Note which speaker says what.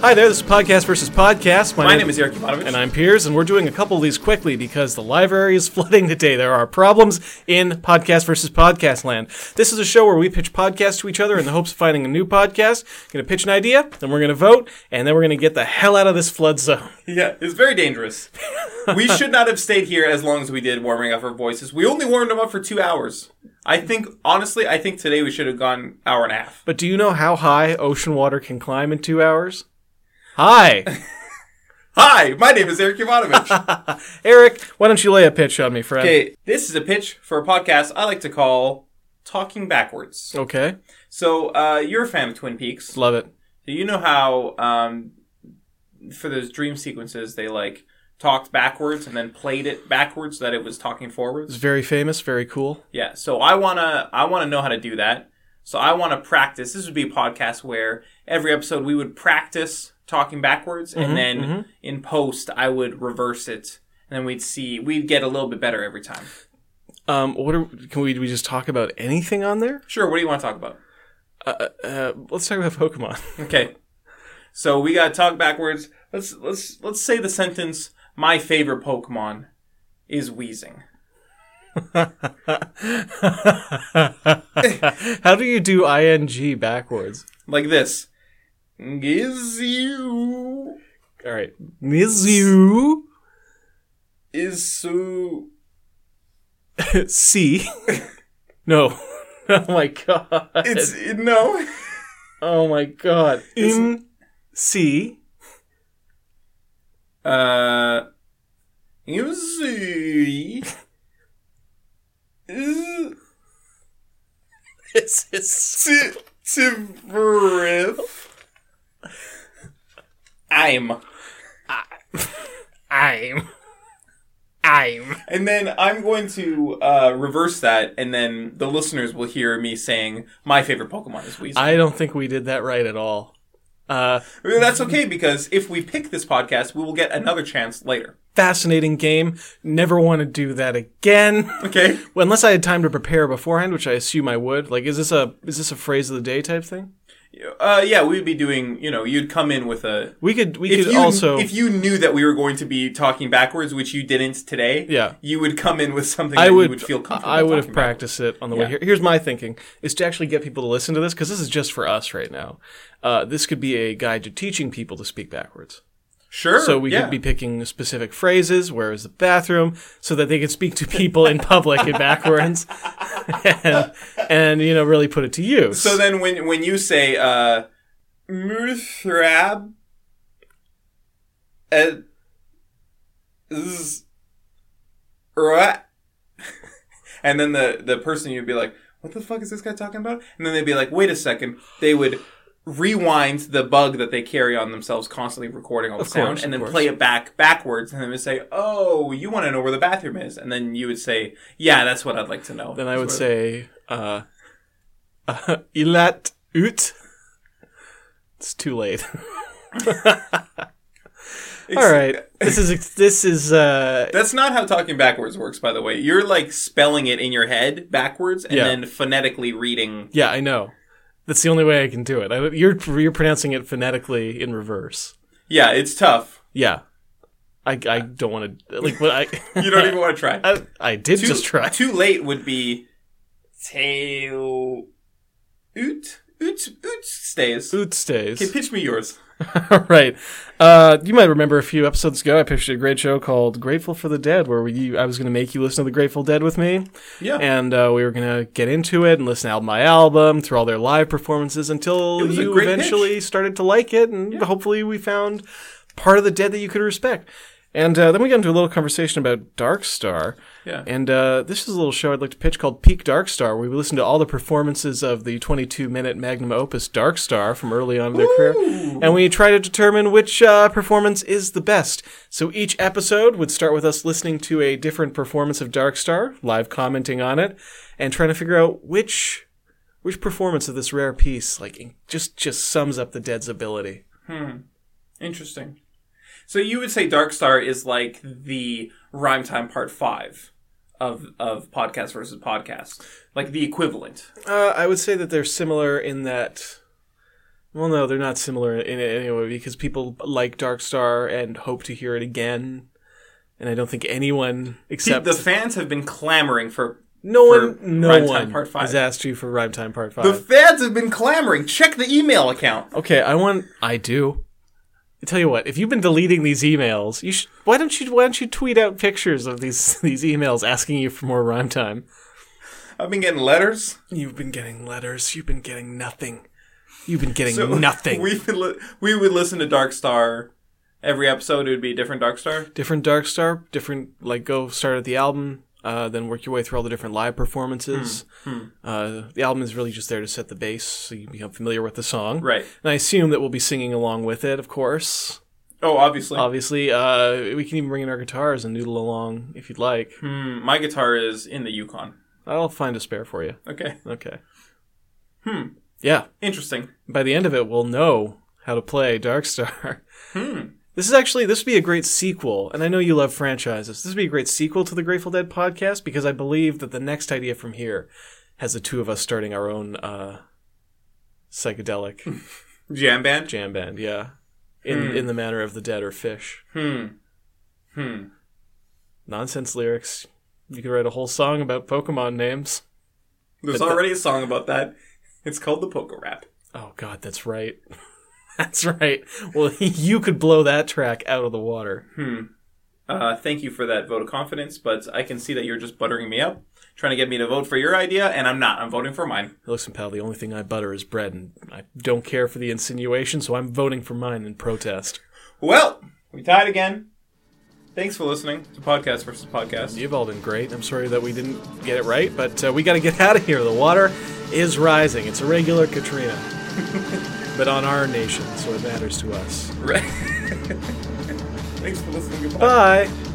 Speaker 1: Hi there, this is Podcast versus Podcast.
Speaker 2: My name is Eric Ivanovich.
Speaker 1: And I'm Piers, and we're doing a couple of these quickly because the library is flooding today. There are problems in Podcast versus Podcast land. This is a show where we pitch podcasts to each other in the hopes of finding a new podcast. Gonna pitch an idea, then we're gonna vote, and then we're gonna get the hell out of this flood zone.
Speaker 2: Yeah, it's very dangerous. we should not have stayed here as long as we did warming up our voices. We only warmed them up for two hours. I think, honestly, I think today we should have gone hour and a half.
Speaker 1: But do you know how high ocean water can climb in two hours? Hi,
Speaker 2: Hi, my name is Eric Ivanovich.
Speaker 1: Eric. Why don't you lay a pitch on me, friend?
Speaker 2: okay, this is a pitch for a podcast I like to call Talking Backwards.
Speaker 1: Okay.
Speaker 2: So, uh, you're a fan of Twin Peaks.
Speaker 1: Love it.
Speaker 2: Do you know how, um, for those dream sequences, they like talked backwards and then played it backwards so that it was talking forwards?
Speaker 1: It's very famous, very cool.
Speaker 2: Yeah, so I wanna I wanna know how to do that. So I wanna practice. This would be a podcast where every episode we would practice talking backwards, and then in post I would reverse it, and then we'd see we'd get a little bit better every time.
Speaker 1: Um, what are, can we, do we just talk about anything on there?
Speaker 2: Sure. What do you want to talk about?
Speaker 1: Uh, let's talk about Pokemon.
Speaker 2: Okay. So we gotta talk backwards. Let's let's let's say the sentence. My favorite Pokemon is wheezing.
Speaker 1: How do you do ing backwards?
Speaker 2: Like this. Is you
Speaker 1: All right, Mizu
Speaker 2: is so
Speaker 1: C. No, oh my god,
Speaker 2: it's no.
Speaker 1: oh my god, in C.
Speaker 2: Uh, you see, is
Speaker 1: This is
Speaker 2: t- Tiverith. I'm,
Speaker 1: I'm, I'm.
Speaker 2: and then I'm going to uh, reverse that, and then the listeners will hear me saying my favorite Pokemon is Weezing.
Speaker 1: I don't think we did that right at all. Uh,
Speaker 2: That's okay because if we pick this podcast, we will get another chance later.
Speaker 1: fascinating game. Never want to do that again.
Speaker 2: Okay.
Speaker 1: Well, unless I had time to prepare beforehand, which I assume I would. Like, is this a is this a phrase of the day type thing?
Speaker 2: Uh, yeah, we'd be doing. You know, you'd come in with a
Speaker 1: We could we
Speaker 2: if
Speaker 1: could
Speaker 2: you,
Speaker 1: also
Speaker 2: if you knew that we were going to be talking backwards, which you didn't today,
Speaker 1: Yeah.
Speaker 2: you would come in with something
Speaker 1: I
Speaker 2: that
Speaker 1: would,
Speaker 2: you would feel comfortable.
Speaker 1: I would have
Speaker 2: talking about.
Speaker 1: practiced it on the way
Speaker 2: Yeah.
Speaker 1: here. Here's my thinking: is to actually get people to listen to this because this is just for us right now. Uh, this could be a guide to teaching people to speak backwards.
Speaker 2: Sure.
Speaker 1: So we
Speaker 2: yeah.
Speaker 1: could be picking specific phrases. Where is the bathroom? So that they could speak to people in public in backwards, and, and you know really put it to use.
Speaker 2: So then, when when you say uh, Muthrab, uh, z- ra- and then the the person you'd be like, "What the fuck is this guy talking about?" And then they'd be like, "Wait a second. They would. Rewind the bug that they carry on themselves, constantly recording all the sound,
Speaker 1: course,
Speaker 2: and
Speaker 1: of
Speaker 2: then
Speaker 1: course.
Speaker 2: play it back backwards. And then they say, "Oh, you want to know where the bathroom is?" And then you would say, "Yeah, that's what I'd like to know."
Speaker 1: then I
Speaker 2: That's
Speaker 1: would
Speaker 2: what-
Speaker 1: say uh, ilat ut. It's too late. All right, this is this is uh,
Speaker 2: That's not how talking backwards works, by the way. You're like spelling it in your head backwards and
Speaker 1: Yeah.
Speaker 2: then phonetically reading.
Speaker 1: Yeah, I know. That's the only way I can do it. I, you're you're pronouncing it phonetically in reverse.
Speaker 2: Yeah, it's tough.
Speaker 1: Yeah, I, I don't want to like what I
Speaker 2: You don't even want to try.
Speaker 1: I, I did
Speaker 2: too,
Speaker 1: just try.
Speaker 2: Too late would be tail. Oot oot oot stays.
Speaker 1: Oot stays.
Speaker 2: Okay, pitch me yours.
Speaker 1: All right. Uh, you might remember a few episodes ago, I pitched a great show called Grateful for the Dead, where we, I was going to make you listen to the Grateful Dead with me.
Speaker 2: Yeah.
Speaker 1: And uh, we were going to get into it and listen album by album through all their live performances until
Speaker 2: was a
Speaker 1: you
Speaker 2: great
Speaker 1: eventually started to like it. And hopefully we found part of the Dead that you could respect. And uh, then we got into a little conversation about Dark Star.
Speaker 2: Yeah.
Speaker 1: And uh, this is a little show I'd like to pitch called Peak Dark Star, where we listen to all the performances of the 22 minute magnum opus Dark Star from early on in their career. And we try to determine which uh, performance is the best. So each episode would start with us listening to a different performance of Dark Star, live commenting on it, and trying to figure out which. Which performance of this rare piece, like, just just sums up the Dead's ability?
Speaker 2: Interesting. So you would say Dark Star is like the rhyme time part five of of podcast versus podcast, like the equivalent.
Speaker 1: Uh, I would say that they're similar in that Well, no, they're not similar in any way because people like Dark Star and hope to hear it again. And I don't think anyone except
Speaker 2: the fans have been clamoring for.
Speaker 1: no one,
Speaker 2: for
Speaker 1: no
Speaker 2: Rhyme Time
Speaker 1: one
Speaker 2: Part Five.
Speaker 1: has asked you for Rhyme Time Part Five.
Speaker 2: The fans have been clamoring. Check the email account.
Speaker 1: okay, I want. I do. I tell you what, if you've been deleting these emails, you should. Why don't you? Why don't you tweet out pictures of these these emails asking you for more Rhyme Time?
Speaker 2: I've been getting letters.
Speaker 1: You've been getting letters. You've been getting nothing. You've been getting
Speaker 2: So
Speaker 1: nothing.
Speaker 2: We would li- we would listen to Dark Star every episode. It would be a different Dark Star.
Speaker 1: different Dark Star, different like go start at the album, uh, then work your way through all the different live performances.
Speaker 2: Hmm,
Speaker 1: Uh, the album is really just there to set the base, so you become familiar with the song.
Speaker 2: Right.
Speaker 1: And I assume that we'll be singing along with it, of course.
Speaker 2: Oh, obviously.
Speaker 1: Obviously, uh, we can even bring in our guitars and noodle along if you'd like.
Speaker 2: Hmm, my guitar is in the Yukon.
Speaker 1: I'll find a spare for you.
Speaker 2: Okay.
Speaker 1: Okay. Hmm. Yeah.
Speaker 2: Interesting.
Speaker 1: by the end of it, we'll know how to play Dark Star. This is actually this would be a great sequel, and I know you love franchises. This would be a great sequel to the Grateful Dead podcast because I believe that the next idea from here has the two of us starting our own uh, psychedelic
Speaker 2: Jam band.
Speaker 1: jam band. Yeah, in in the manner of the Dead or Fish.
Speaker 2: Hmm. Hmm.
Speaker 1: Nonsense lyrics. You could write a whole song about Pokemon names.
Speaker 2: There's
Speaker 1: But the-
Speaker 2: already a song about that. It's called the Poker Rap.
Speaker 1: Oh God, that's right. That's right. Well, you could blow that track out of the water.
Speaker 2: Uh, thank you for that vote of confidence, but I can see that you're just buttering me up, trying to get me to vote for your idea, and I'm not. I'm voting for mine.
Speaker 1: Listen, pal, the only thing I butter is bread, and I don't care for the insinuation, so I'm voting for mine in protest.
Speaker 2: Well, we tied again. Thanks for listening to Podcast versus Podcast.
Speaker 1: You've all been great. I'm sorry that we didn't get it right, but uh, we got to get out of here. The water is rising. It's a regular Katrina, but on our nation, so it matters to us. Uh,
Speaker 2: Thanks for listening. Goodbye.
Speaker 1: Bye.